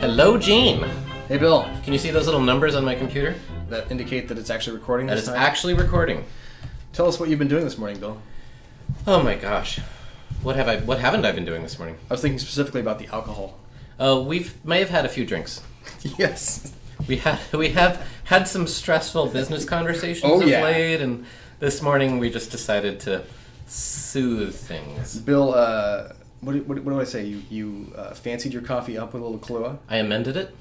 Hello, Gene. Hey, Bill. Can you see those little numbers on my computer? That indicate that it's actually recording That this is time. actually recording. Tell us what you've been doing this morning, Bill. Oh my gosh, what have I? What haven't I been doing this morning? I was thinking specifically about the alcohol. Uh, we may have had a few drinks. yes. We had we have had some stressful business conversations Oh, of yeah. late, and this morning we just decided to soothe things. Bill, uh, what, do- what, do- what do I say? You, you uh, fancied your coffee up with a little Kahlua, I amended it.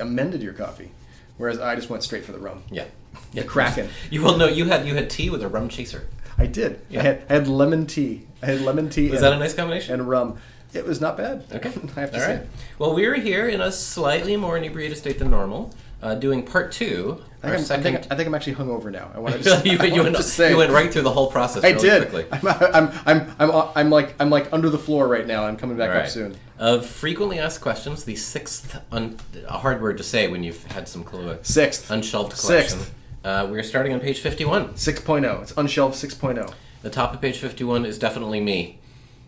amended your coffee, whereas I just went straight for the rum. Yeah. The Kraken. You will know you had you had tea with a rum chaser. I did. Yeah. I, had, I had lemon tea. I had lemon tea Is and, that a nice combination? and rum. It was not bad. Okay. I have to All say. right. Well, we're here in a slightly more inebriated state than normal, uh, doing part two, I our think, I'm, I, second. think, I think I'm actually hungover now. I want to just, you, I went- you wanna went, just say. you went right through the whole process. I really did. Quickly. I'm, I'm, I'm, I'm, I'm like, I'm like under the floor right now. I'm coming back All up right. soon. Of frequently asked questions, the sixth, un- a hard word to say when you've had some Kahlua. Sixth. Unshelved collection. Sixth. Uh, we're starting on page 51. 6.0. oh. It's unshelved oh. 6.0. The top of page 51 is definitely me.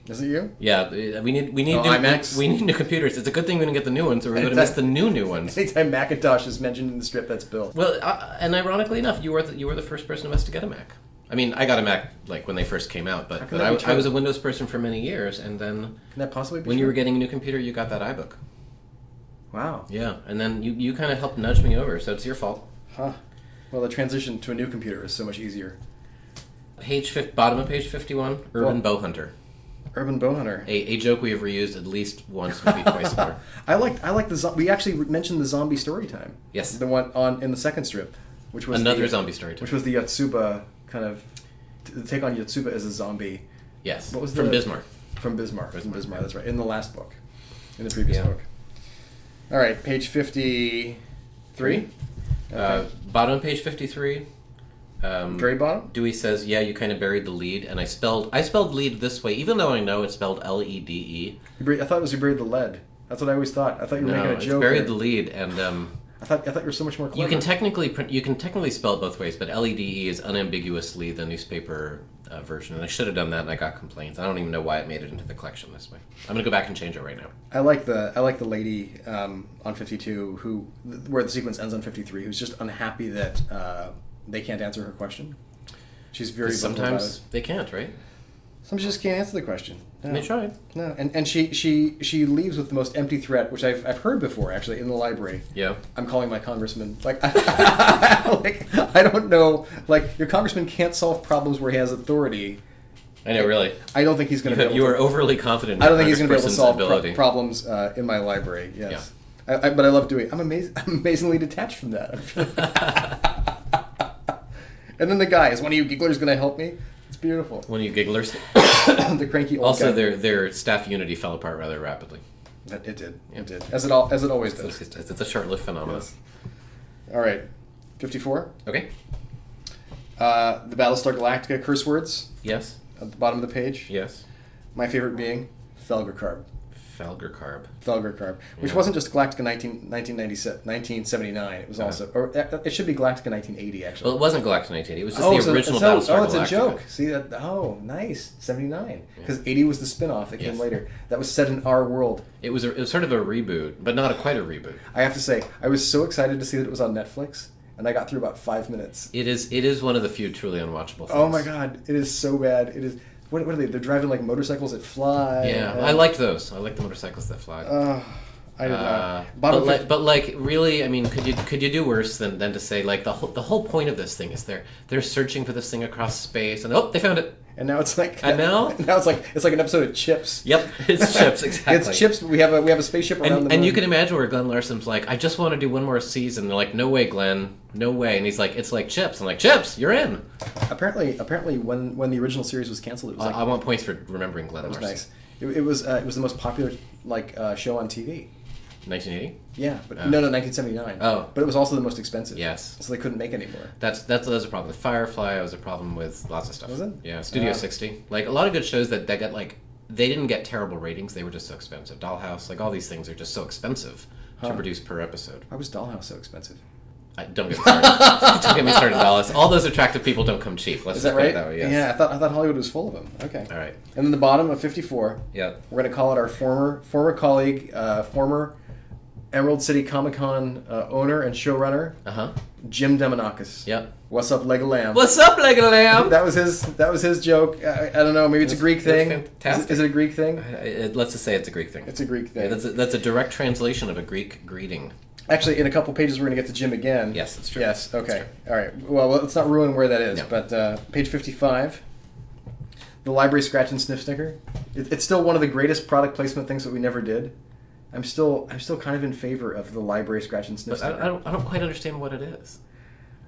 Is it you? Yeah, uh, we need we need Oh, new, IMAX? we need new computers. It's a good thing we didn't get the new ones, or we would have Anytime- missed the new new ones. Anytime Macintosh is mentioned in the strip, that's Bill. Well, uh, and ironically enough, you were the, you were the first person of us to get a Mac. I mean, I got a Mac like when they first came out, but, can but that I, be w- true? I was a Windows person for many years, and then Can that possibly be when you were true? getting a new computer, you got that iBook. Wow. Yeah, and then you, you kind of helped nudge me over, so it's your fault. Huh. Well, the transition to a new computer is so much easier. Page fif- bottom of page fifty one, Urban Bow Hunter, Urban Bowhunter. a, a joke we have reused at least once, maybe twice. Over. I liked I liked the zo- we actually mentioned the zombie story time. Yes. The one on in the second strip, which was Another the- zombie story time. which was the Yotsuba kind of the take on Yotsuba as a zombie Yes, What was from the- Bismarck. from Bismarck. From Bismarck, Bismarck. yeah. That's right. In the last book, in the previous Yeah. book. All right, page fifty three. Uh, bottom of page fifty three. Um, Gray bottom. Dewey says, "Yeah, you kind of buried the lead," and I spelled I spelled lead this way, even though I know it's spelled L E D E. You buried, I thought it was you buried the lead. That's what I always thought. I thought you were No, making a it's joke. buried or- the lead, and um, I thought I thought you were so much more clever. you can technically print, you can technically spell it both ways, but L E D E is unambiguously the newspaper uh, version, and I should have done that, and I got complaints. I don't even know why it made it into the collection this way. I'm gonna go back and change it right now. I like the I like the lady um, on fifty two who th- where the sequence ends on fifty three who's just unhappy that uh, they can't answer her question. She's very vocal about Sometimes it. they can't, right? sometimes she just can't answer the question. No. And they tried. No, and, and she, she she leaves with the most empty threat, which I've, I've heard before actually in the library. Yeah. I'm calling my congressman. Like, I, like I don't know. Like your congressman can't solve problems where he has authority. I know, really. I don't think he's You, going to. have, be you able to- are overly confident. in I don't think your he's going to be able to person's solve ability. pro- problems uh, in my library. Yes. I, I, but I love doing. I'm amazed. I'm amazingly detached from that. and then the guy is one of you gigglers going to help me. It's beautiful. One of you gigglers. the cranky old also, guy. their their staff unity fell apart rather rapidly. That- It did. It did. As it all as it always It's, does. just- it's a short-lived phenomenon. Yes. All right. Fifty four. Okay. Uh, the Battlestar Galactica curse words Yes. at the bottom of the page. Yes. My favorite being Thelgercarb. Felger carb. Thelgercarb, which Yeah. wasn't just Galactica 19, 1997 1979. It was also, or uh, it should be Galactica 1980, actually. Well, it wasn't Galactic 1980. It was just oh, the so- original so- Battlestar oh, it's Galactica. a joke. See that? Oh, nice. 79. Because 80 was the spin off that came Yes. later. That was set in our world. It was, a, it was sort of a reboot, but not a, quite a reboot. I have to say, I was so excited to see that it was on Netflix, and I got through about five minutes. It is it is one of the few truly unwatchable things. Oh my god, it is so bad. It is. What, what are they? They're driving like motorcycles that fly. Yeah, and- I liked those. I liked the motorcycles that fly. Ugh, Oh, I did Uh, not. Bottom but, like, fif- but like really, I mean, could you could you do worse than, than to say like the whole the whole point of this thing is they're they're searching for this thing across space and oh they found it. and now it's like. And now? Now it's like it's like an episode of Chips. Yep, it's chips exactly. It's Chips. But we have a we have a spaceship around the And, moon. and you can imagine where Glenn Larson's like, I just want to do one more season. They're like, No way, Glenn, no way. And he's like, It's like chips. I'm like, Chips, you're in. apparently apparently when when the original series was canceled, it was I- like I want points for remembering Glenn It was Larson. nice. It, it was uh, it was the most popular like uh, show on TV. 1980. Yeah, but no, no, 1979. Oh. but it was also the most expensive. Yes. so they couldn't make any more. That's that's that was a problem with Firefly. It was a problem with lots of stuff. Was it? Yeah, Studio Yeah. 60. Like a lot of good shows that that got like they didn't get terrible ratings. They were just so expensive. Dollhouse, like all these things are just so expensive to produce per episode. Why was Dollhouse so expensive? I, don't get me started. don't get me started, Dallas. All those attractive people don't come cheap. Let's Is that put it right? That way, yes. Yeah, I thought I thought Hollywood was full of them. Okay. All right. And then the bottom of 54. Yeah. We're gonna call it our former former colleague, uh, former Emerald City Comic Con uh, owner and showrunner Uh huh. Jim Demonakis. Yep. What's up, Leg of Lamb? What's up, Leg of Lamb? that was his. That was his joke. I, I don't know. Maybe it's a That's- Greek that's thing. Is it- fantastic. Is, it a Greek thing? I- I- Uh, Let's just say it's a Greek thing. It's a Greek thing. That's a, that's a direct translation of a Greek greeting. Actually, in a couple pages, we're going to get to Jim again. Yes, that's true. Yes. Okay. That's true. All right. Well, let's not ruin where that is. No. But uh, page fifty-five, the library scratch and sniff sticker. It, it's still one of the greatest product placement things that we never did. I'm still, I'm still kind of in favor of the library scratch and sniff But I, sticker. I, don't, I don't quite understand what it is.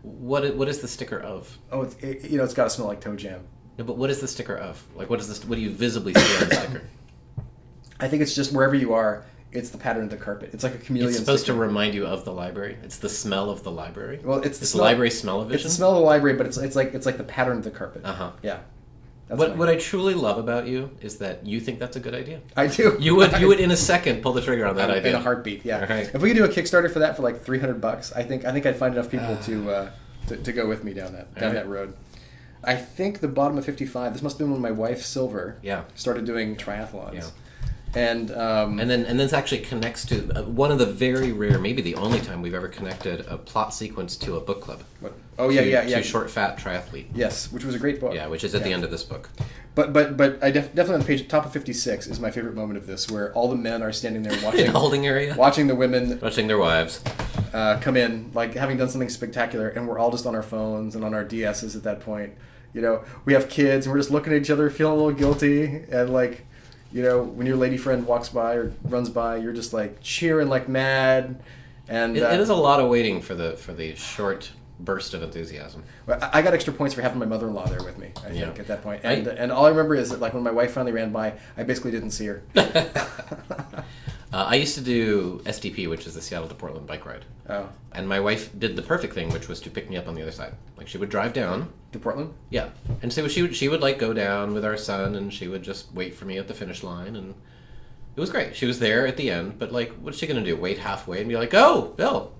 What it, what is the sticker of? Oh, it's, it, you know, it's got to smell like toe jam. No, but what is the sticker of? Like, what is this? What do you visibly see on the sticker? I think it's just wherever you are, it's the pattern of the carpet. It's like a chameleon. It's supposed to sticker. remind you of the library. It's the smell of the library. Well, it's the It's smell- library smell of It's vision. the smell of the library, but it's it's like it's like the pattern of the carpet. Uh huh. Yeah. That's What my- what I truly love about you is that you think that's a good idea. I do. You would you would in a second pull the trigger on that in, idea. a heartbeat. Yeah. All right. If we could do a Kickstarter for that for like three hundred bucks, I think I think I'd find enough people to, uh, to to go with me down that down Ah. right. that road. I think the bottom of fifty five. This must have been when my wife Silver Yeah. started doing triathlons. Yeah. And um, And then, and this actually connects to uh, one of the very rare, maybe the only time we've ever connected a plot sequence to a book club. what, oh yeah to, yeah yeah To short, fat triathlete. yes, which was a great book. Yeah, which is at the end of this book. But but but I def- definitely on the page top of fifty six is my favorite moment of this, where all the men are standing there In watching a holding area, watching the women watching their wives. uh, come in, like having done something spectacular, and we're all just on our phones and on our DSs at that point. You know, we have kids, and we're just looking at each other, feeling a little guilty, and like, you know, when your lady friend walks by or runs by, you're just like cheering like mad. And It, uh, it is a lot of waiting for the for the short burst of enthusiasm. I I got extra points for having my mother-in-law there with me. I think Yeah. at that point, I- and and all I remember is that like when my wife finally ran by, I basically didn't see her. Uh, I used to do SDP, which is the Seattle to Portland bike ride, oh, and my wife did the perfect thing, which was to pick me up on the other side. Like she would drive down, to Portland. yeah, and so she would she would like go down with our son, and she would just wait for me at the finish line, and it was great. She was there at the end, but like, what's she gonna do? Wait halfway and be like, "Oh, Bill,"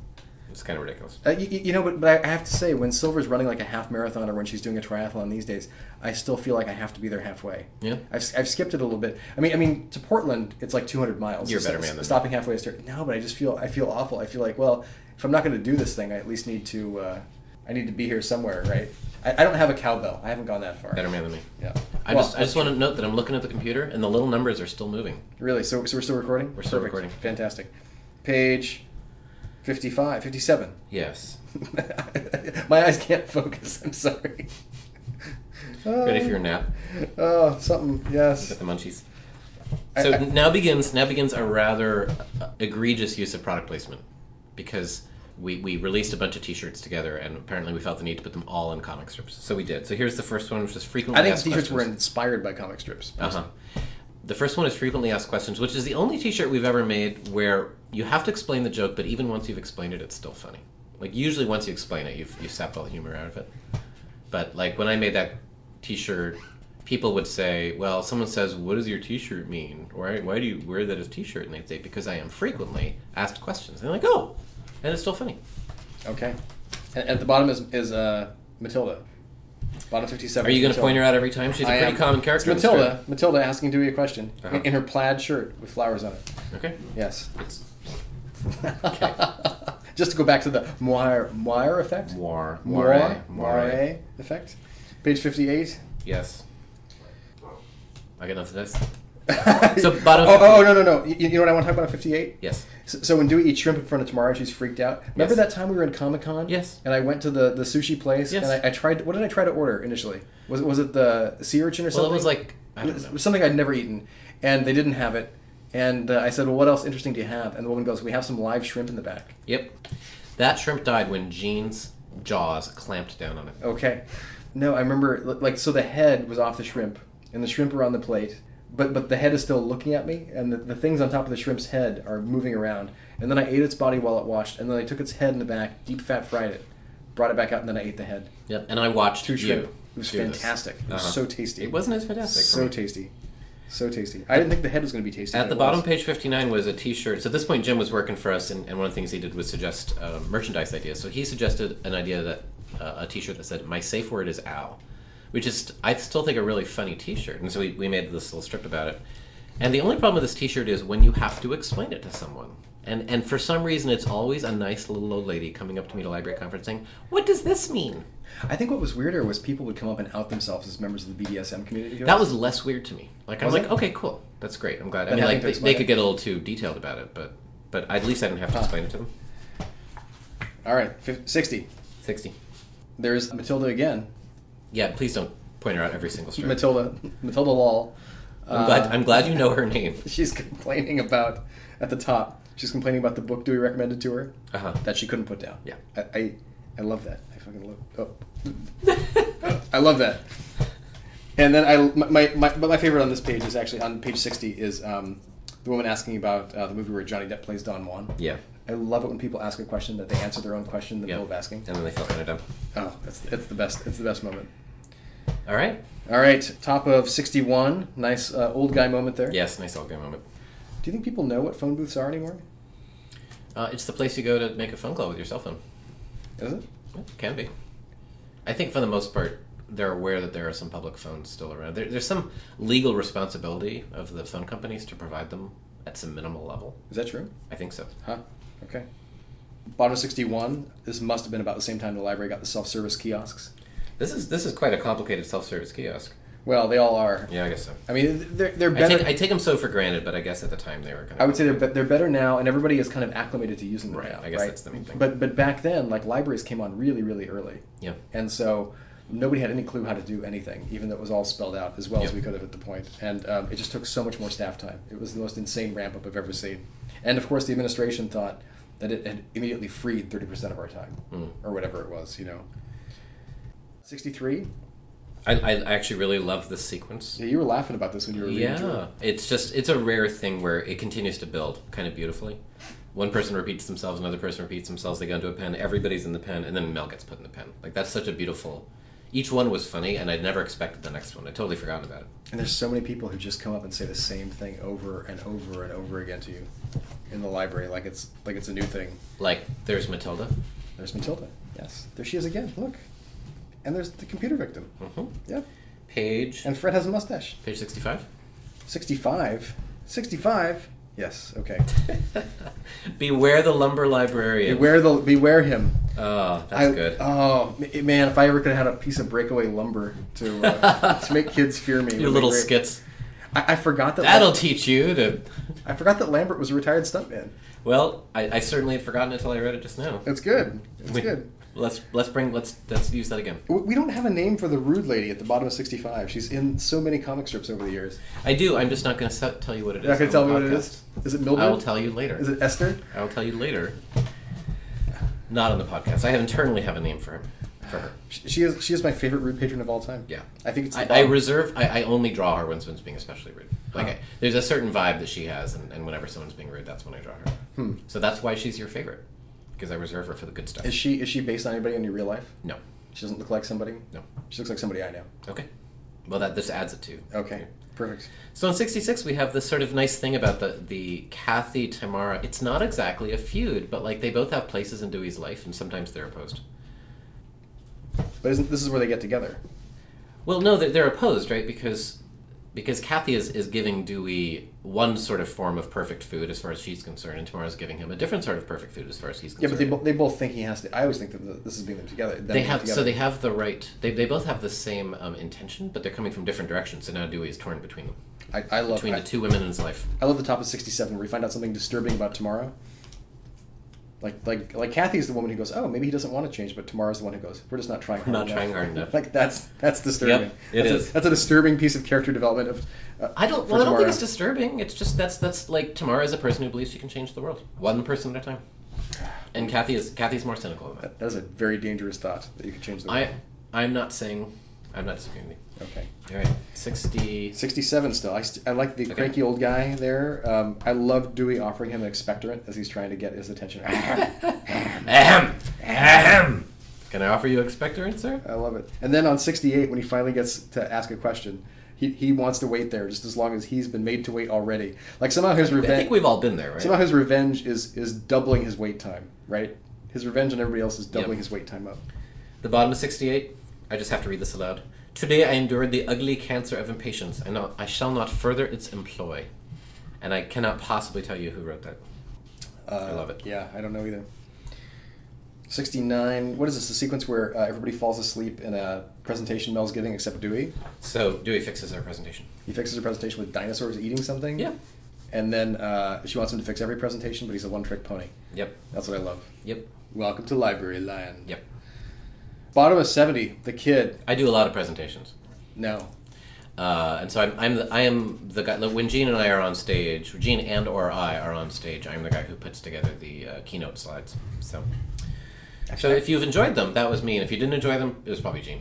it's kind of ridiculous. Uh, you, you know, but, but I have to say, when Silver's running like a half marathon or when she's doing a triathlon these days, I still feel like I have to be there halfway. Yeah. I've, I've skipped it a little bit. I mean, I mean, to Portland, it's like 200 miles. You're a So better man than stopping halfway is terrible. No, but I just feel I feel awful. I feel like, well, if I'm not going to do this thing, I at least need to uh, I need to be here somewhere, right? I, I don't have a cowbell. I haven't gone that far. Better man than me. Yeah. I Well, just I just want to note that I'm looking at the computer, and the little numbers are still moving. really. So, so we're still recording. We're still recording. Fantastic. Page 55, 57. Yes. My eyes can't focus. I'm sorry. Uh, Ready for your nap? Oh, something. Yes. Get the munchies. I- So I- now begins now begins a rather uh, egregious use of product placement, because we we released a bunch of T-shirts together, and apparently we felt the need to put them all in comic strips. So we did. So here's the first one, which is frequently. I think asked the T-shirts questions. were inspired by comic strips. Uh-huh. The first one is frequently asked questions, which is the only T-shirt we've ever made where you have to explain the joke, but even once you've explained it, it's still funny. Like usually, once you explain it, you've you've sapped all the humor out of it. But like when I made that T-shirt, people would say, "Well, someone says, what does your T-shirt mean? Why why do you wear that as T-shirt?" And they'd say, "Because I am frequently asked questions." And they're like, "Oh," and it's still funny. Okay. And at the bottom is is uh, Matilda. Bottom fifty-seven. Are you going to point her out every time? She's a pretty common character. in the Matilda. Matilda asking Dewey a question Uh-huh. in her plaid shirt with flowers on it. script. Okay. Yes. It's Okay. Just to go back to the Moir Moir effect. moire. Moire Moire. Moire effect. Page fifty-eight. Yes. I got nothing else. So bottom oh, oh, no no no! You, you know what I want to talk about? Fifty-eight. Yes. So, so when Dewey eats shrimp in front of Tamara, she's freaked out. Yes. Remember that time we were in Comic Con? Yes. And I went to the, the sushi place. Yes. And I, I tried. What did I try to order initially? Was it was it the sea urchin or Well, something? it was like I It was- it don't know. was something I'd never eaten, and they didn't have it. And uh, I said, "Well, what else interesting do you have?" And the woman goes, "We have some live shrimp in the back." Yep. That shrimp died when Jean's jaws clamped down on it. Okay. No, I remember li- like so the head was off the shrimp, and the shrimp are on the plate. But, but the head is still looking at me, and the, the things on top of the shrimp's head are moving around. And then I ate its body while it washed, and then I took its head in the back, deep fat fried it, brought it back out, and then I ate the head. Yep. And I watched Two you. shrimp. It was do this. fantastic. It was Uh-huh. so tasty. It wasn't as fantastic. for so me. tasty, so tasty. I didn't think the head was going to be tasty. At but the it bottom, was. page 59 was a t shirt. So at this point, Jim was working for us, and, and one of the things he did was suggest uh, merchandise ideas. So he suggested an idea that uh, a t shirt that said, My safe word is ow, which is, I still think, a really funny t shirt. And so we, we made this little strip about it. And the only problem with this t shirt is when you have to explain it to someone. And and for some reason, it's always a nice little old lady coming up to me at a library conference saying, "What does this mean?" I think what was weirder was people would come up and out themselves as members of the BDSM community. to That us. was less weird to me. Like I was Was like, it? okay, cool, that's great. I'm glad. I Then mean, I like think they, that's they my- could get a little too detailed about it, but but at least I didn't Ah. have to explain it to them. all right. fif- Sixty. Sixty. There's Matilda again. Yeah, please don't point her out every single story. Matilda. uh, Matilda Lal. I'm glad. I'm glad you know her name. She's complaining about at the top. She's complaining about the book Dewey recommended to her Uh huh. that she couldn't put down. Yeah. I, I, I love that. I fucking love. Oh. I love that. And then I, my, my, my, but my favorite on this page is actually on page sixty is um, the woman asking about uh, the movie where Johnny Depp plays Don Juan. Yeah. I love it when people ask a question that they answer their own question in the Yeah. middle of asking. And then they felt kind of dumb. Oh, that's that's the best. It's the best moment. All right. All right, top of sixty-one. Nice uh, old guy moment there. Yes, nice all good moment. Do you think people know what phone booths are anymore? Uh, it's the place you go to make a phone call with your cell phone. Is it? Yeah, can be. I think for the most part, they're aware that there are some public phones still around. There, there's some legal responsibility of the phone companies to provide them at some minimal level. Is that true? I think so. Huh. Okay. Bottom of 61. This must have been about the same time the library got the self service kiosks. This is this is quite a complicated self-service kiosk. Well, they all are. Yeah, I guess so. I mean, they're, they're I better. I, take, I take them so for granted, but I guess at the time they were kind of. would say they're, be- they're better now, and everybody is kind of acclimated to using them Right, now. I guess right? that's the main thing. But, but back then, like, libraries came on really, really early. yeah. And so nobody had any clue how to do anything, even though it was all spelled out as well as Yeah. we could have at the point. And um, it just took so much more staff time. It was the most insane ramp up I've ever seen. And of course, the administration thought that it had immediately freed 30% of our time Mm. or whatever it was, you know. 63? I, I actually really love this sequence. Yeah, you were laughing about this when you were reading Drew. Yeah, it's just it's a rare thing where it continues to build kind of beautifully. One person repeats themselves, another person repeats themselves. They go into a pen. Everybody's in the pen, and then Mel gets put in the pen. Like that's such a beautiful. Each one was funny, and I'd never expected the next one. I totally forgotten about it. And there's so many people who just come up and say the same thing over and over and over again to you in the library, like it's like it's a new thing. Like there's Matilda. There's Matilda. Yes, there she is again. Look, and there's the computer victim. hmm Yep. Page Mm-hmm. And Fred has a mustache. page sixty five. 65. 65? Yes, okay. Beware the lumber librarian. Beware the beware him. Oh, that's I- good. Oh ma- man, if I ever could have had a piece of breakaway lumber to uh, to make kids fear me. it would Your be little great. skits. I, I forgot that. That'll Lam- teach you to. I forgot that Lambert was a retired stuntman. Well, I, I certainly had forgotten until I read it just now. That's good. That's We- good. Let's let's bring let's let's use that again. We we don't have a name for the rude lady at the bottom of 65. She's in so many comic strips over the years. I do. I'm just not going to se- tell you what it is. You're not going to tell on me the what it podcast. is? Is it I will Mildred? tell you later. Is it Esther? I will tell you later. Not on the podcast. I have internally have a name for him. For her. She she is she is my favorite rude patron of all time. Yeah. I think it's the I, I bottom. reserve. I, I only draw her when someone's being especially rude. Like Huh. I, there's a certain vibe that she has, and, and whenever someone's being rude, that's when I draw her. Hmm. So that's why she's your favorite, because I reserve her for the good stuff. Is she is she based on anybody in your real life? no, She doesn't look like somebody. no. She looks like somebody I know. Okay. Well, that this adds it to. Okay, perfect. So in '66, we have this sort of nice thing about the the Kathy Tamara. It's not exactly a feud, but like they both have places in Dewey's life, and sometimes they're opposed. But isn't this is where they get together? Well, no, they're, they're opposed, right? Because because Kathy is is giving Dewey one sort of form of perfect food as far as she's concerned, and Tamara's giving him a different sort of perfect food as far as he's Yeah, concerned. but they, bo- they both think he has to. I always think that this is being them together. them They have together. so they have the right. They, they both have the same um, intention, but they're coming from different directions. So now Dewey is torn between them, I, I love. between I, the two women in his life. I love the top of sixty-seven where we find out something disturbing about tomorrow. Like like like Kathy's the woman who goes, oh maybe he doesn't want to change, but tomorrow's the one who goes, we're just not trying. Hard not trying hard enough. Like that's that's disturbing. Yep, it that's is. A, that's a disturbing piece of character development of. Uh, I don't. for Well, I don't Tamara. think it's disturbing. It's just that's that's like Tamara is a person who believes she can change the world, one person at a time, and Kathy is Kathy's more cynical than that. That is a very dangerous thought that you could change the. I world. I'm not saying I'm not disagreeing with you. Okay. All right, sixty. 67 still. I, st- I like the Okay. cranky old guy there. Um, I love Dewey offering him an expectorant as he's trying to get his attention. I Ahem. Ahem. Can I offer you expectorant, sir? love it. And then on 68, when he finally gets to ask a question, he, he wants to wait there just as long as he's been made to wait already. Like somehow his I think revenge we've all been there, right? somehow his revenge is is doubling his wait time, right? His revenge on everybody else is doubling Yep. his wait time up. The bottom of 68. I just have to read this aloud. Today I endured the ugly cancer of impatience, and now I shall not further its employ. And I cannot possibly tell you who wrote that. Uh, I love it. Yeah, I don't know either. 69. What is this? The sequence where uh, everybody falls asleep in a presentation Mel's giving except Dewey? So Dewey fixes our presentation. He fixes a presentation with dinosaurs eating something. Yeah. And then uh, she wants him to fix every presentation, but he's a one trick pony. Yep. That's what I love. Yep. Welcome to Library Land. Yep. Bottom of 70. The kid. I do a lot of presentations. No. Uh, and so I'm, I'm the, I am the guy. When Gene and I are on stage, Gene and or I are on stage. I'm the guy who puts together the uh, keynote slides. So, so if you've enjoyed them, that was me. And if you didn't enjoy them, it was probably Gene.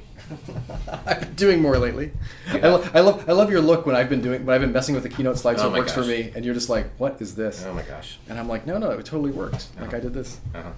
I've been doing more lately. I, lo- I love I love your look when I've been doing when I've been messing with the keynote slide so Oh it my works for gosh. me, and you're just like, what is this? Oh my gosh. And I'm like, no, no, it totally worked. Like I did this, Uh-huh.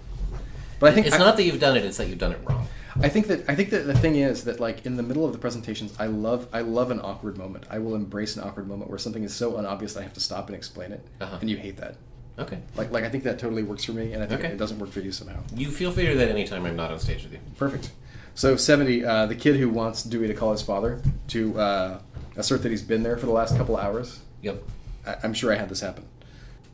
but I think It's I, not that you've done it; it's that you've done it wrong. I think that I think that the thing is that like in the middle of the presentations, I love I love an awkward moment. I will embrace an awkward moment where something is so unobvious that I have to stop and explain it, Uh-huh. and you hate that. Okay. Like like I think that totally works for me, and I think Okay. it doesn't work for you somehow. You feel free to do that anytime I'm not on stage with you. Perfect. So seventy, uh, the kid who wants Dewey to call his father to uh, assert that he's been there for the last couple hours. Yep. I, I'm sure I had this happen.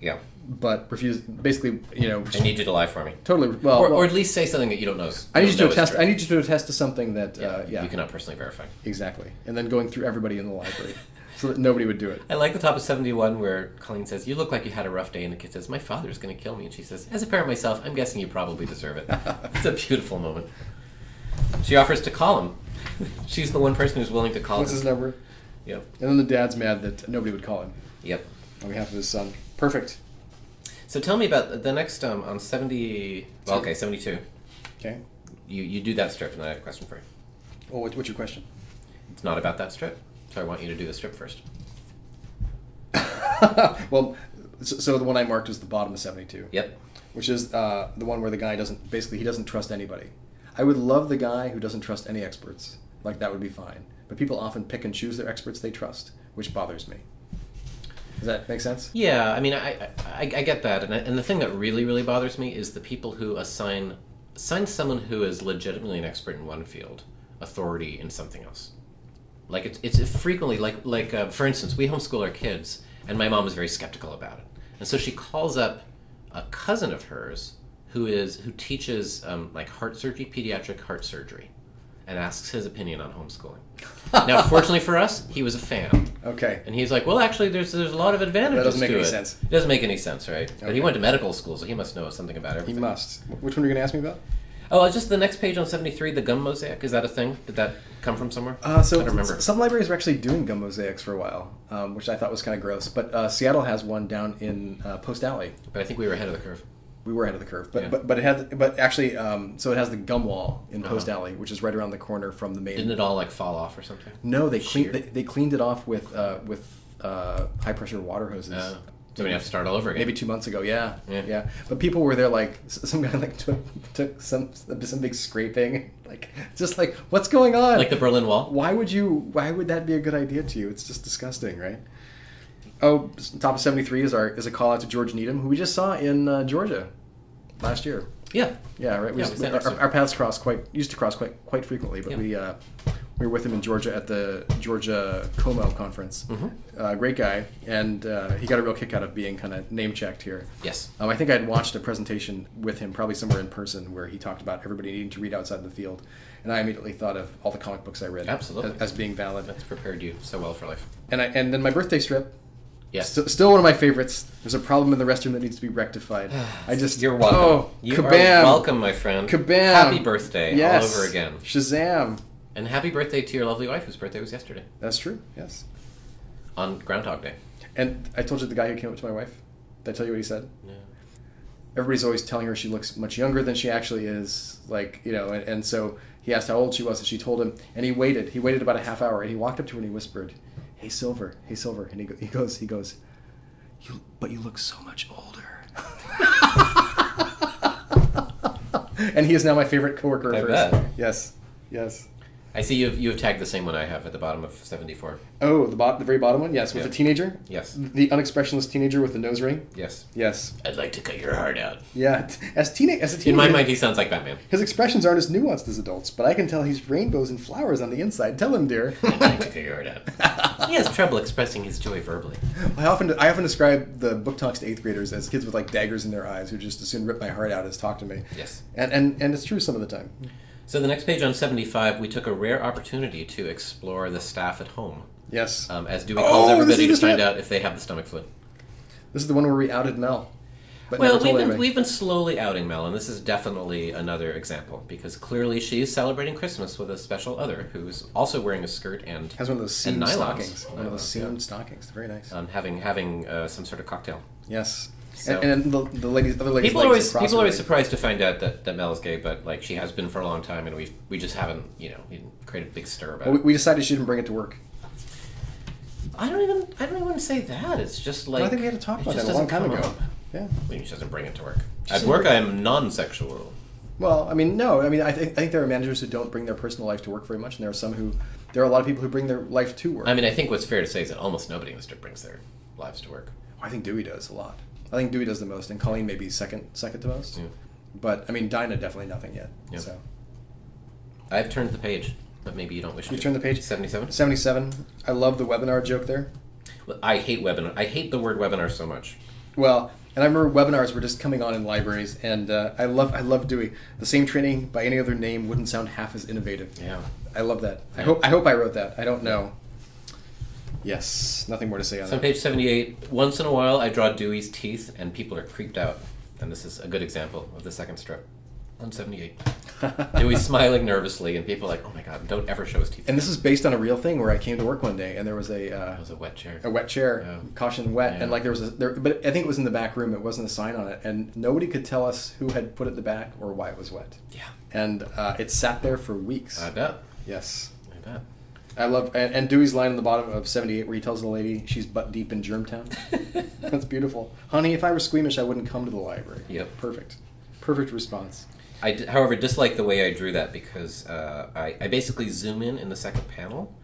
Yeah. but refused. Basically, you know, I need you to lie for me, totally. Well, or, well, or at least say something that you don't know. is- I need don't you to know is attest. true. I need you to attest to something that, yeah, uh, yeah You cannot personally verify. exactly. And then going through everybody in the library, so that nobody would do it. I like the top of 71 where Colleen says, You look like you had a rough day. And the kid says, My father's going to kill me. And she says, As a parent myself, I'm guessing you probably deserve it. it's a beautiful moment. She offers to call him. She's the one person who's willing to call What's him. his number? Yep. And then the dad's mad that nobody would call him Yep. on behalf of his son. Perfect. So tell me about the next um, on 70. Well, okay, 72. Okay. You, you do that strip, and then I have a question for you. Well, what, what's your question? It's not about that strip. So I want you to do the strip first. well, so, so the one I marked was the bottom of seventy-two. Yep. Which is uh, the one where the guy doesn't basically he doesn't trust anybody. I would love the guy who doesn't trust any experts. Like that would be fine. But people often pick and choose their experts they trust, which bothers me. Does that make sense? Yeah, I mean, I I, I I get that, and I, and the thing that really really bothers me is the people who assign assign someone who is legitimately an expert in one field authority in something else. Like it's it's frequently like like uh, for instance, we homeschool our kids, and my mom is very skeptical about it, and so she calls up a cousin of hers who is who teaches um, like heart surgery, pediatric heart surgery, and asks his opinion on homeschooling. now, fortunately for us, he was a fan. Okay. And he's like, well, actually, there's there's a lot of advantages. That doesn't make to any it. sense. It doesn't make any sense, right? But Okay. he went to medical school, so he must know something about He everything. must. Which one are you going to ask me about? Oh, uh, just the next page on seventy three, the gum mosaic. Is that a thing? Did that come from somewhere? Uh, so I don't remember. s- some libraries were actually doing gum mosaics for a while, um, which I thought was kind of gross. But uh, Seattle has one down in uh, Post Alley. But I think we were ahead of the curve. We were ahead of the curve, but Yeah. but, but it had but actually um, so it has the gum wall in Post Uh-huh. Alley, which is right around the corner from the main. Didn't it all like fall off or something? No, they cleaned Sheer. they, they cleaned it off with uh, with uh, high pressure water hoses. Uh, so we have to start all over again. Maybe two months ago, yeah, Yeah. But people were there, like s- some guy like took, took some some big scraping, like just like what's going on? like the Berlin Wall. why would you? Why would that be a good idea to you? It's just disgusting, right? Oh, s- top of seventy three is our is a call out to George Needham, who we just saw in uh, Georgia last year. Yeah. Yeah, right. We Yeah, used- we sat next to our, him. our paths cross quite used to cross quite quite frequently, but Yeah. we uh, we were with him in Georgia at the Georgia Como conference. Mm-hmm. Uh, great guy, and uh, he got a real kick out of being kind of name checked here. Yes. Um, I think I'd watched a presentation with him, probably somewhere in person, where he talked about everybody needing to read outside the field, and I immediately thought of all the comic books I read Absolutely. as, as being valid. That's prepared you so well for life. And I and then my birthday strip. Yes. Still, still one of my favorites. There's a problem in the restroom that needs to be rectified. I just You're welcome. Oh, you kabam. are welcome, my friend. Kabam! Happy birthday Yes. all over again. Shazam! And happy birthday to your lovely wife, whose birthday was yesterday That's true. Yes. on Groundhog Day. And I told you the guy who came up to my wife. Did I tell you what he said? No. Everybody's always telling her she looks much younger than she actually is. Like you know, and, and so he asked how old she was, and she told him. And he waited. He waited about a half hour, and he walked up to her and he whispered, "Hey, Silver. Hey, Silver." And he, go, he goes, he goes, "You, but you look so much older." and he is now my favorite coworker. of I hers. bet. Yes. Yes. I see you've you've tagged the same one I have at the bottom of seventy four. Oh, the bot, the very bottom one. Yes, with Yeah. the teenager. Yes. The unexpressionless teenager with the nose ring. Yes. Yes. I'd like to cut your heart out. Yeah. t- As teenage, as a teenager, In my mind, he sounds like Batman. his expressions aren't as nuanced as adults, but I can tell he's rainbows and flowers on the inside. Tell him, dear. I'd like to cut your heart out. He has trouble expressing his joy verbally. I often I often describe the book talks to eighth graders as kids with like daggers in their eyes who just as soon rip my heart out as talk to me. Yes. And and, and it's true some of the time. So the next page on 75, we took a rare opportunity to explore the staff at home, Yes. um, as Dewey Oh, calls this everybody is to just find it. out if they have the stomach flu. This is the one where we outed Mel. But Well, never we've told been, anybody. we've been slowly outing Mel, and this is definitely another example because clearly she's celebrating Christmas with a special other who's also wearing a skirt and has one of those seam and nylons. stockings. One of Nylons, those seam yeah. stockings. Very nice. um, having having uh, some sort of cocktail. yes. so- and, and the, the ladies, other ladies. People are legs always across people her are always legs. surprised to find out that, that Mel is gay, but like she has been for a long time, and we we just haven't you know we didn't create a big stir about Well, we, it. we decided she didn't bring it to work. I don't even I don't even say that. It's just like I think we had to talk it about just that a long doesn't time come ago. up. Yeah. I mean, she doesn't bring it to work. At doesn't work, I bring- am non-sexual. Well, I mean, no. I mean, I think I think there are managers who don't bring their personal life to work very much, and there are some who, there are a lot of people who bring their life to work. I mean, I think what's fair to say is that almost nobody in the district brings their lives to work. I think Dewey does a lot. I think Dewey does the most, and Colleen maybe second, second to most. Yeah. But I mean, Dinah definitely nothing yet. Yeah. So I've turned the page, but maybe you don't wish you to. turn the page. 77? Seventy-seven. I love the webinar joke there. Well, I hate webinar. I hate the word webinar so much. Well, and I remember webinars were just coming on in libraries, and uh, I love I love Dewey. The same training by any other name wouldn't sound half as innovative. Yeah. I love that. I Yeah. hope I hope I wrote that. I don't know. Yes, nothing more to say on So on that. page 78, once in a while I draw Dewey's teeth and people are creeped out. And this is a good example of the second strip. On 78. Dewey's smiling nervously and people are like, oh my god, don't ever show his teeth. and this is based on a real thing where I came to work one day and there was a That uh, was a wet chair. a wet chair, Yeah. caution wet, Yeah. and like there was a there, but I think it was in the back room. It wasn't a sign on it, and nobody could tell us who had put it in the back or why it was wet. Yeah. And uh, it sat there for weeks. I bet. yes, I bet. I love and, and Dewey's line on the bottom of seventy eight where he tells the lady she's butt deep in Germtown. That's beautiful, honey. If I were squeamish, I wouldn't come to the library. Yep. perfect, perfect response. I, d- however, dislike the way I drew that because uh, I, I basically zoom in in the second panel,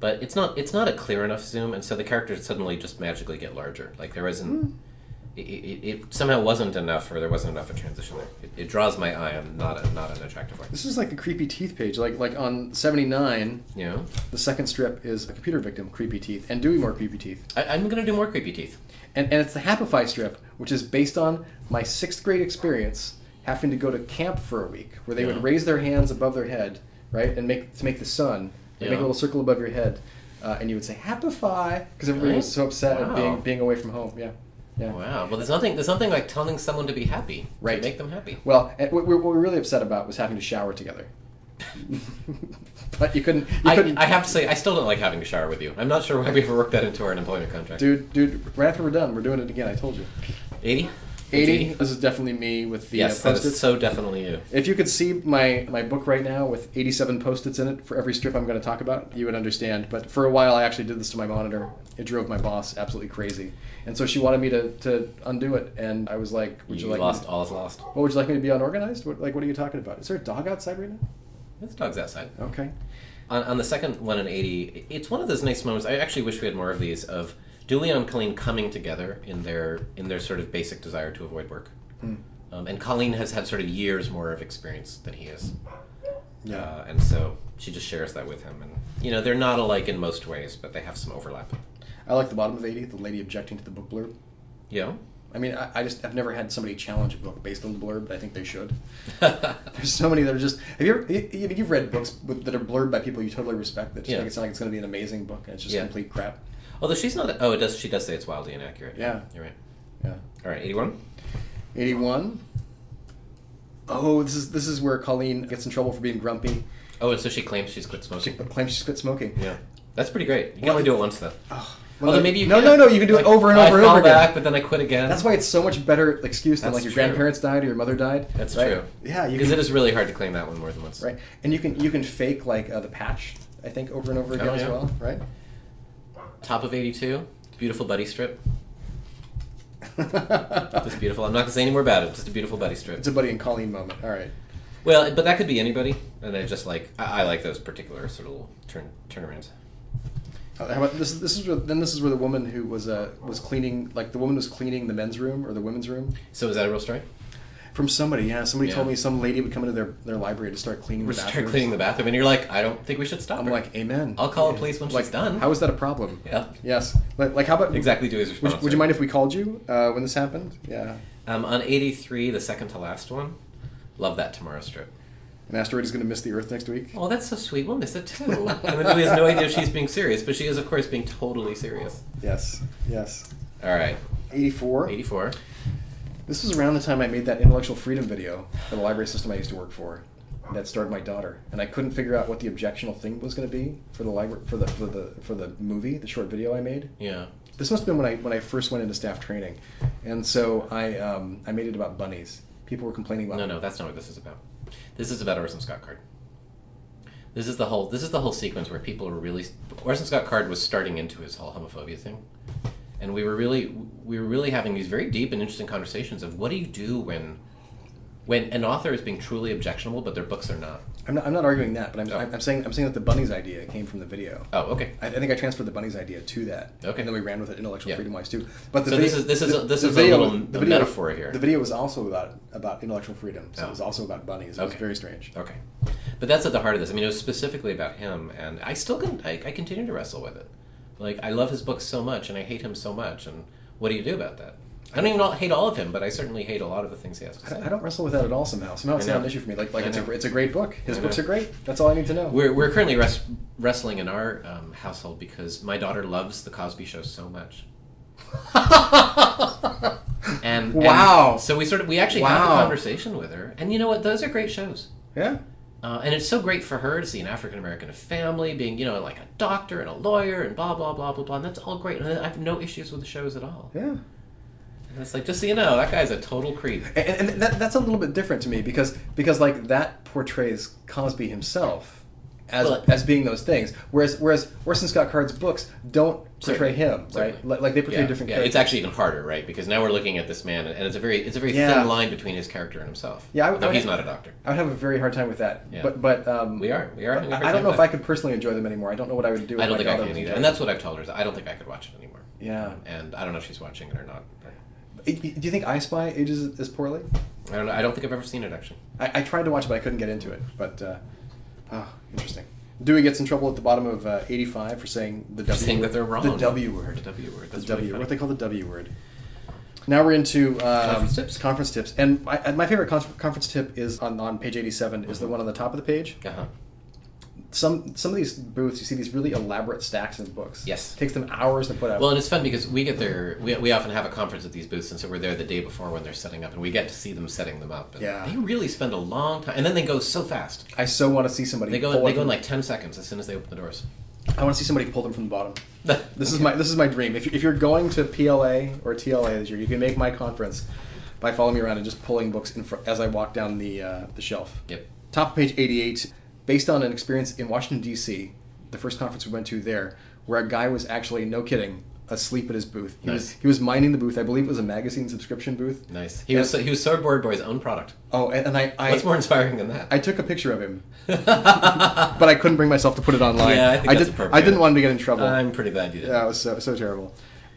but it's not it's not a clear enough zoom, and so the characters suddenly just magically get larger. Like there Hmm. isn't. It, it, it somehow wasn't enough, or there wasn't enough of transition there. It, it draws my eye on not a, not an attractive way. This is like a creepy teeth page. Like like on seventy nine, You know, the second strip is a computer victim, creepy teeth, and Dewey more creepy teeth. I, I'm gonna do more creepy teeth. and, and it's the Happify strip, which is based on my sixth grade experience having to go to camp for a week, where they Yeah. would raise their hands above their head, right, and make to make the sun, they make Yeah. a little circle above your head, uh, and you would say Happify because everybody was so upset Wow. at being being away from home. Yeah, yeah. Wow. Well, there's nothing there's nothing like telling someone to be happy. Right. To make them happy. Well, and what we what we were really upset about was having to shower together. but you couldn't. You I, couldn't I have to say, I still don't like having to shower with you. I'm not sure why we ever worked that into our employment contract. dude, dude. Right after we're done, we're doing it again. I told you. 80? 80. This is definitely me with the Yes, uh, that is post-its. so definitely you. If you could see my, my book right now with 87 post-its in it for every strip I'm going to talk about, you would understand. But for a while, I actually did this to my monitor. It drove my boss absolutely crazy. And so she wanted me to, to undo it. And I was like, would you, like lost? Me, All is lost. what would you like me to be unorganized? What, like, what are you talking about? Is there a dog outside right now? This dog's outside. Okay. On, on the second one in 80, it's one of those nice moments. I actually wish we had more of these of Dewey and Colleen coming together in their in their sort of basic desire to avoid work. Hmm. Um, and Colleen has had sort of years more of experience than he is. Yeah. Uh, and so she just shares that with him. And, you know, they're not alike in most ways, but they have some overlap. I like the bottom of 80, the lady objecting to the book blurb. Yeah. I mean, I, I just, I've never had somebody challenge a book based on the blurb, but I think they should. There's so many that are just. Have you ever? You, you- you've read books with, that are blurred by people you totally respect that just Yeah. make it sound like it's going to be an amazing book, and it's just Yeah. complete crap. Although she's not. Oh, it does. She does say it's wildly inaccurate. Yeah. You're right. Yeah. All right, 81? Eighty-one. Oh, this is this is where Colleen gets in trouble for being grumpy. Oh, and so she claims she's quit She smoking. claims she's quit smoking. Yeah. That's pretty great. You can Well, only do it once, though. Oh, Although maybe you no, can. no, no. You can do Like, it over and over and I fall over again. back, but then I quit again. That's why it's so much better excuse than That's like your true. grandparents died or your mother died. That's right? true. Yeah, you because can, it is really hard to claim that one more than once. right, and you can you can fake like uh, the patch. I think over and over again as Oh, yeah. well, right? Top of eighty-two, beautiful buddy strip. Just beautiful. I'm not gonna say any more about it. Just a beautiful buddy strip. It's a Buddy and Colleen moment. All right. Well, but that could be anybody, and I just like I, I like those particular sort of little turn turnarounds. Uh, How about this? This is where, then. This is where the woman who was uh, was cleaning, like the woman was cleaning the men's room or the women's room. So is that a real story? For from somebody. Yeah, somebody Yeah. told me some lady would come into their, their library to start cleaning We the start bathrooms. cleaning the bathroom, and you're like, I don't think we should stop. I'm her. like, amen. I'll call the police when like, she's done. How is that a problem? yeah, Yes. Like, like how about exactly. Do his Would, response. you- would you mind if we called you uh, when this happened? Yeah. Um, on 83, the second to last one. Love that tomorrow strip. An asteroid is going to miss the Earth next week. Oh, that's so sweet. We'll miss it too. and the movie has no idea if she's being serious, but she is, of course, being totally serious. Yes. Yes. All right, 84. 84. This was around the time I made that intellectual freedom video for the library system I used to work for. That starred my daughter, and I couldn't figure out what the objectional thing was going to be for the library for the for the for the movie, the short video I made. Yeah. This must have been when I when I first went into staff training, and so I um, I made it about bunnies. People were complaining about No, no, that's not what this is about. This is about Orson Scott Card. This is the whole. This is the whole sequence where people were really. Orson Scott Card was starting into his whole homophobia thing, and we were really, we were really having these very deep and interesting conversations of what do you do when, when an author is being truly objectionable, but their books are not. I'm not I'm not arguing that, but I'm, Oh. I'm saying I'm saying that the bunnies idea came from the video. Oh, okay. I, I think I transferred the bunnies idea to that. Okay. And then we ran with it intellectual Yeah. freedom wise too. But the So video, this is- this is a- this is a little a metaphor here. The video was also about about intellectual freedom. So Oh. it was also about bunnies. It was Okay. very strange. Okay, but that's at the heart of this. I mean, it was specifically about him, and I still can. I, I continue to wrestle with it. Like, I love his books so much, and I hate him so much, and what do you do about that? I don't even all, hate all of him, but I certainly hate a lot of the things he has to I say. don't, I don't wrestle with that at all. Somehow, somehow it's I know. not an issue for me. Like like I it's a, know. it's a great book. His I books know. are great. That's all I need to know. We're, we're currently res- wrestling in our um, household because my daughter loves the Cosby Show so much. And and Wow. so we sort of we actually have Wow. a conversation with her, and you know what? Those are great shows. yeah. Uh, and it's so great for her to see an African American family being, you know, like a doctor and a lawyer and blah blah blah blah blah. And that's all great. And I have no issues with the shows at all. Yeah. And it's like, just so you know, that guy's a total creep. and, and that, that's a little bit different to me because because like that portrays Cosby himself as Well- as being those things, whereas whereas Orson Scott Card's books don't portray Certainly. him, right? Certainly. Like, like they portray Yeah, different yeah, characters. it's actually even harder, right? Because now we're looking at this man, and it's a very, it's a very Yeah. thin line between his character and himself. Yeah, I- I though would- he's not a doctor. I would have a very hard time with that. Yeah. But but um, We are, we are. having a hard I, I don't time know with if that. I could personally enjoy them anymore. I don't know what I would do. If I don't my think I daughter can was either, enjoying and that's what I've told her. is I don't think I could watch it anymore. it. yeah. And I don't know if she's watching it or not. I- Do you think I Spy ages as poorly? I don't know. I don't think I've ever seen it actually. I, I tried to watch it, but I couldn't get into it. But uh, oh, interesting. Dewey gets in trouble at the bottom of uh, 85 for saying the W saying word. that they're wrong. The W word. The W word. That's the W. really funny. what they call the W word. Now we're into um, Conference tips? Conference tips, and my, and my favorite con- conference tip is on, on page eighty-seven. Is the one on the top of the page. Uh-huh. Some some of these booths, you see these really elaborate stacks of books. Yes. takes them hours to put out. Well, and it's fun because we get there. We, we often have a conference at these booths, and so we're there the day before when they're setting up, and we get to see them setting them up. And Yeah. They really spend a long time, and then they go so fast. I so want to see somebody. They go. pull They it- go in like ten seconds as soon as they open the doors. I want to see somebody pull them from the bottom. This is my this is my dream. If, you- if you're going to PLA or TLA this year, you can make my conference by following me around and just pulling books in fr- as I walk down the uh, the shelf. Yep. Top of page 88, based on an experience in Washington, D.C., the first conference we went to there, where a guy was actually, no kidding, asleep at his booth. He, was, Nice. he was minding the booth. I believe it was a magazine subscription booth. Nice. He was. So, he was so bored by his own product. Oh, and, and I, I, What's more inspiring than that? I took a picture of him, but I couldn't bring myself to put it online. Yeah, I think that's did, appropriate. I didn't want him to get in trouble. I'm pretty glad you did. that was so, so terrible.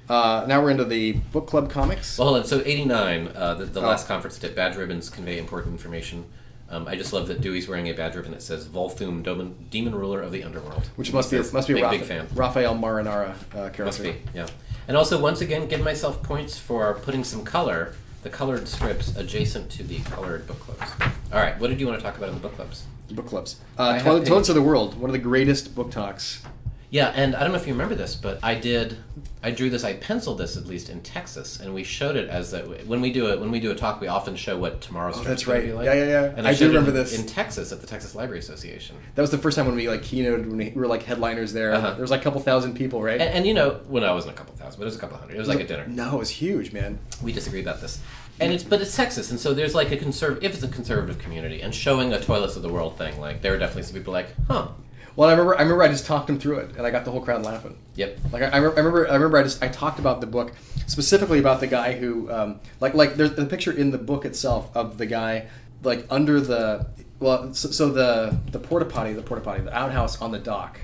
Uh, now we're into the book club comics. Well, hold on. So '89, uh, the, the Oh. last conference tip. Badge ribbons convey important information. Um, I just love that Dewey's wearing a badge ribbon that says "Volthoom, Domin- Demon Ruler of the Underworld," which must be must be a big, Rapha- big fan. Raphael Marinara uh, character. Must be, yeah. And also, once again, give myself points for putting some color, the colored strips adjacent to the colored book clubs. All right, what did you want to talk about in the book clubs? book clubs. I Uh, have Toilet, page- Toilets of the World, one of the greatest book talks. Yeah, and I don't know if you remember this, but I did. I drew this. I penciled this at least in Texas, and we showed it as that when we do a when we do a talk, we often show what tomorrow's. Oh, that's right. Yeah, yeah, yeah. And I, I do showed it remember in- this. in Texas at the Texas Library Association. That was the first time when we like keynoted when we were like headliners there. Uh-huh. There was like a couple thousand people, right? And, and you know, well, no, it wasn't a couple thousand, but it was a couple hundred. It was like a dinner. No, it was huge, man. we disagree about this. And it's but it's Texas, and so there's like a conserv if it's a conservative community, and showing a toilets of the world thing, like there were definitely some people like, huh, Well, I remember, I remember, I just talked them through it, and I got the whole crowd laughing. yep, Like I, I re- I remember, I remember, I just I talked about the book specifically about the guy who, um, like, like there's the picture in the book itself of the guy like under the well, so, so the the porta potty, the porta potty, the outhouse on the dock,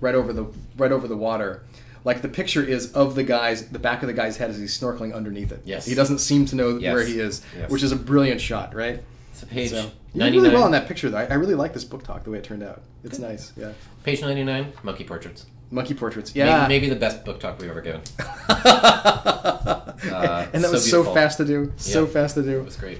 right over the right over the water. Like the picture is of the guy's the back of the guy's head as he's snorkeling underneath it. Yes. He doesn't seem to know Yes. where he is, Yes. which is a brilliant shot, right? It's a page So you did ninety nine. really well on that picture though. I, I really like this book talk the way it turned out. It's nice. Yeah. Page ninety nine. Monkey portraits. Monkey portraits. Yeah. Maybe, maybe the best book talk we've ever given. and that so was so beautiful. fast to do. So Yeah. fast to It do. was great.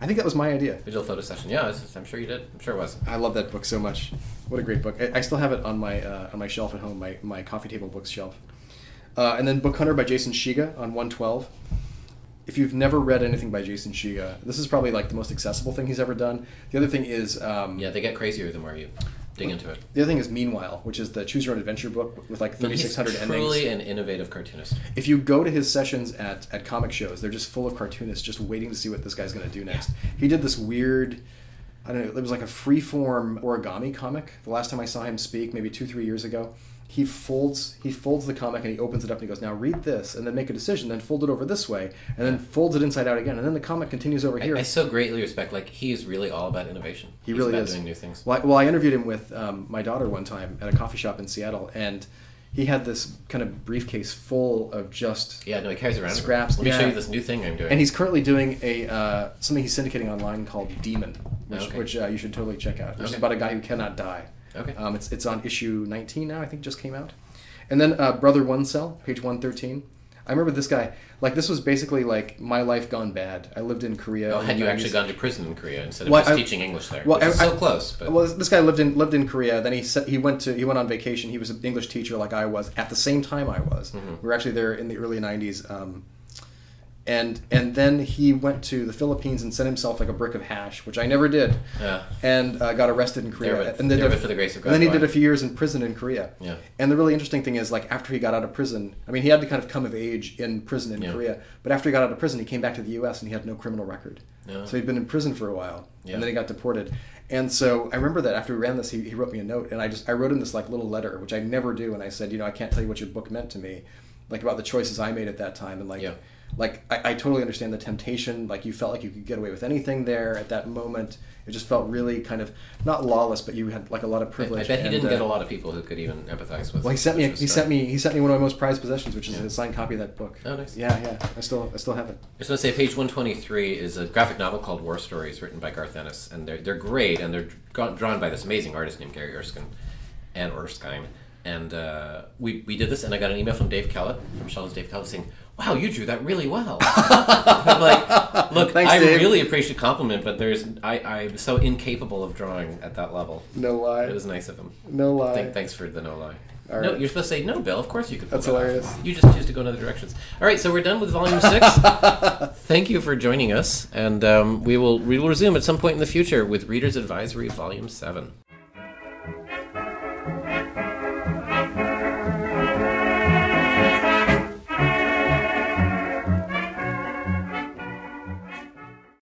I think that was my idea. Digital photo session. Yeah, it's- I'm sure you did. I'm sure it was. I love that book so much. What a great book! I, I still have it on my uh, on my shelf at home, my my coffee table books shelf. Uh, and then Book Hunter by Jason Shiga on one twelve. If you've never read anything by Jason Shiga, this is probably like the most accessible thing he's ever done. The other thing is um, Yeah, they get crazier the more you dig into it. the other thing is Meanwhile, which is the choose your own adventure book with like thirty six hundred He's endings. Truly an innovative cartoonist. if you go to his sessions at, at comic shows, they're just full of cartoonists just waiting to see what this guy's going to do next. He did this weird, I don't know, it was like a freeform origami comic. The last time I saw him speak, maybe two three years ago, he folds he folds the comic and he opens it up and he goes, "Now read this," and then make a decision, then fold it over this way, and then folds it inside out again, and then the comic continues over here. I so greatly respect. Like he is really all about innovation. He He's really about is doing new things. Well, I, well, I interviewed him with um, my daughter one time at a coffee shop in Seattle, and he had this kind of briefcase full of just Yeah, no, he carries around Scraps, Let me show yeah. you this new thing I'm doing. And he's currently doing a uh, something he's syndicating online called Demon, which, Okay. which uh, you should totally check out. Which is Okay. about a guy who cannot die. Okay. Um, it's it's on issue 19 now. I think just came out. And then uh, Brother One Cell, page 113. I remember this guy. Like this was basically like my life gone bad. I lived in Korea. Oh, in had the you 90s. actually gone to prison in Korea instead of Well, just I- teaching English there? well, which is I- so close, but Well, this guy lived in lived in Korea. Then he se- he went to he went on vacation. He was an English teacher like I was at the same time I was. Mm-hmm. We were actually there in the early '90s. Um, and and then he went to the Philippines and sent himself like a brick of hash, which I never did. Yeah. And uh, got arrested in Korea. Therewith- and then did therewith a- for the grace of God, And then he why? did a few years in prison in Korea. Yeah. And the really interesting thing is like after he got out of prison, I mean he had to kind of come of age in prison in Yeah. Korea. But after he got out of prison, he came back to the U.S. and he had no criminal record. Yeah. So he'd been in prison for a while, Yeah. and then he got deported. And so I remember that after we ran this, he, he wrote me a note, and I just I wrote him this like little letter, which I never do, and I said, you know, I can't tell you what your book meant to me, like about the choices I made at that time, and like. Yeah. Like I, I totally understand the temptation. Like you felt like you could get away with anything there at that moment. It just felt really kind of not lawless, but you had like a lot of I privilege. bet he and, didn't uh, get a lot of people who could even empathize with. Well, he sent me. A, with he his sent story. me. He sent me one of my most prized possessions, which is a signed copy of that book. Oh, nice. Yeah, yeah. I still, I still have it. I was going to say, page 123 is a graphic novel called War Stories written by Garth Ennis, and they're, they're great, and they're dra- drawn by this amazing artist named Gary Erskine, and Erskine. And uh, we, we did this, and I got an email from Dave Kellett, from Shell's Dave Kellett, saying, wow, you drew that really well. I'm like, look, Thanks, I Dave." really appreciate the compliment, but there's I, I'm so incapable of drawing at that level. No lie. It was nice of him. no lie. Thank, thanks for the no lie. All No, right. you're supposed to say no, Bill. Of course you could. pull That's that off." hilarious. You just choose to go in other directions. All right, so we're done with volume six. Thank you for joining us, and um, we will we will resume at some point in the future with Reader's Advisory Volume Seven.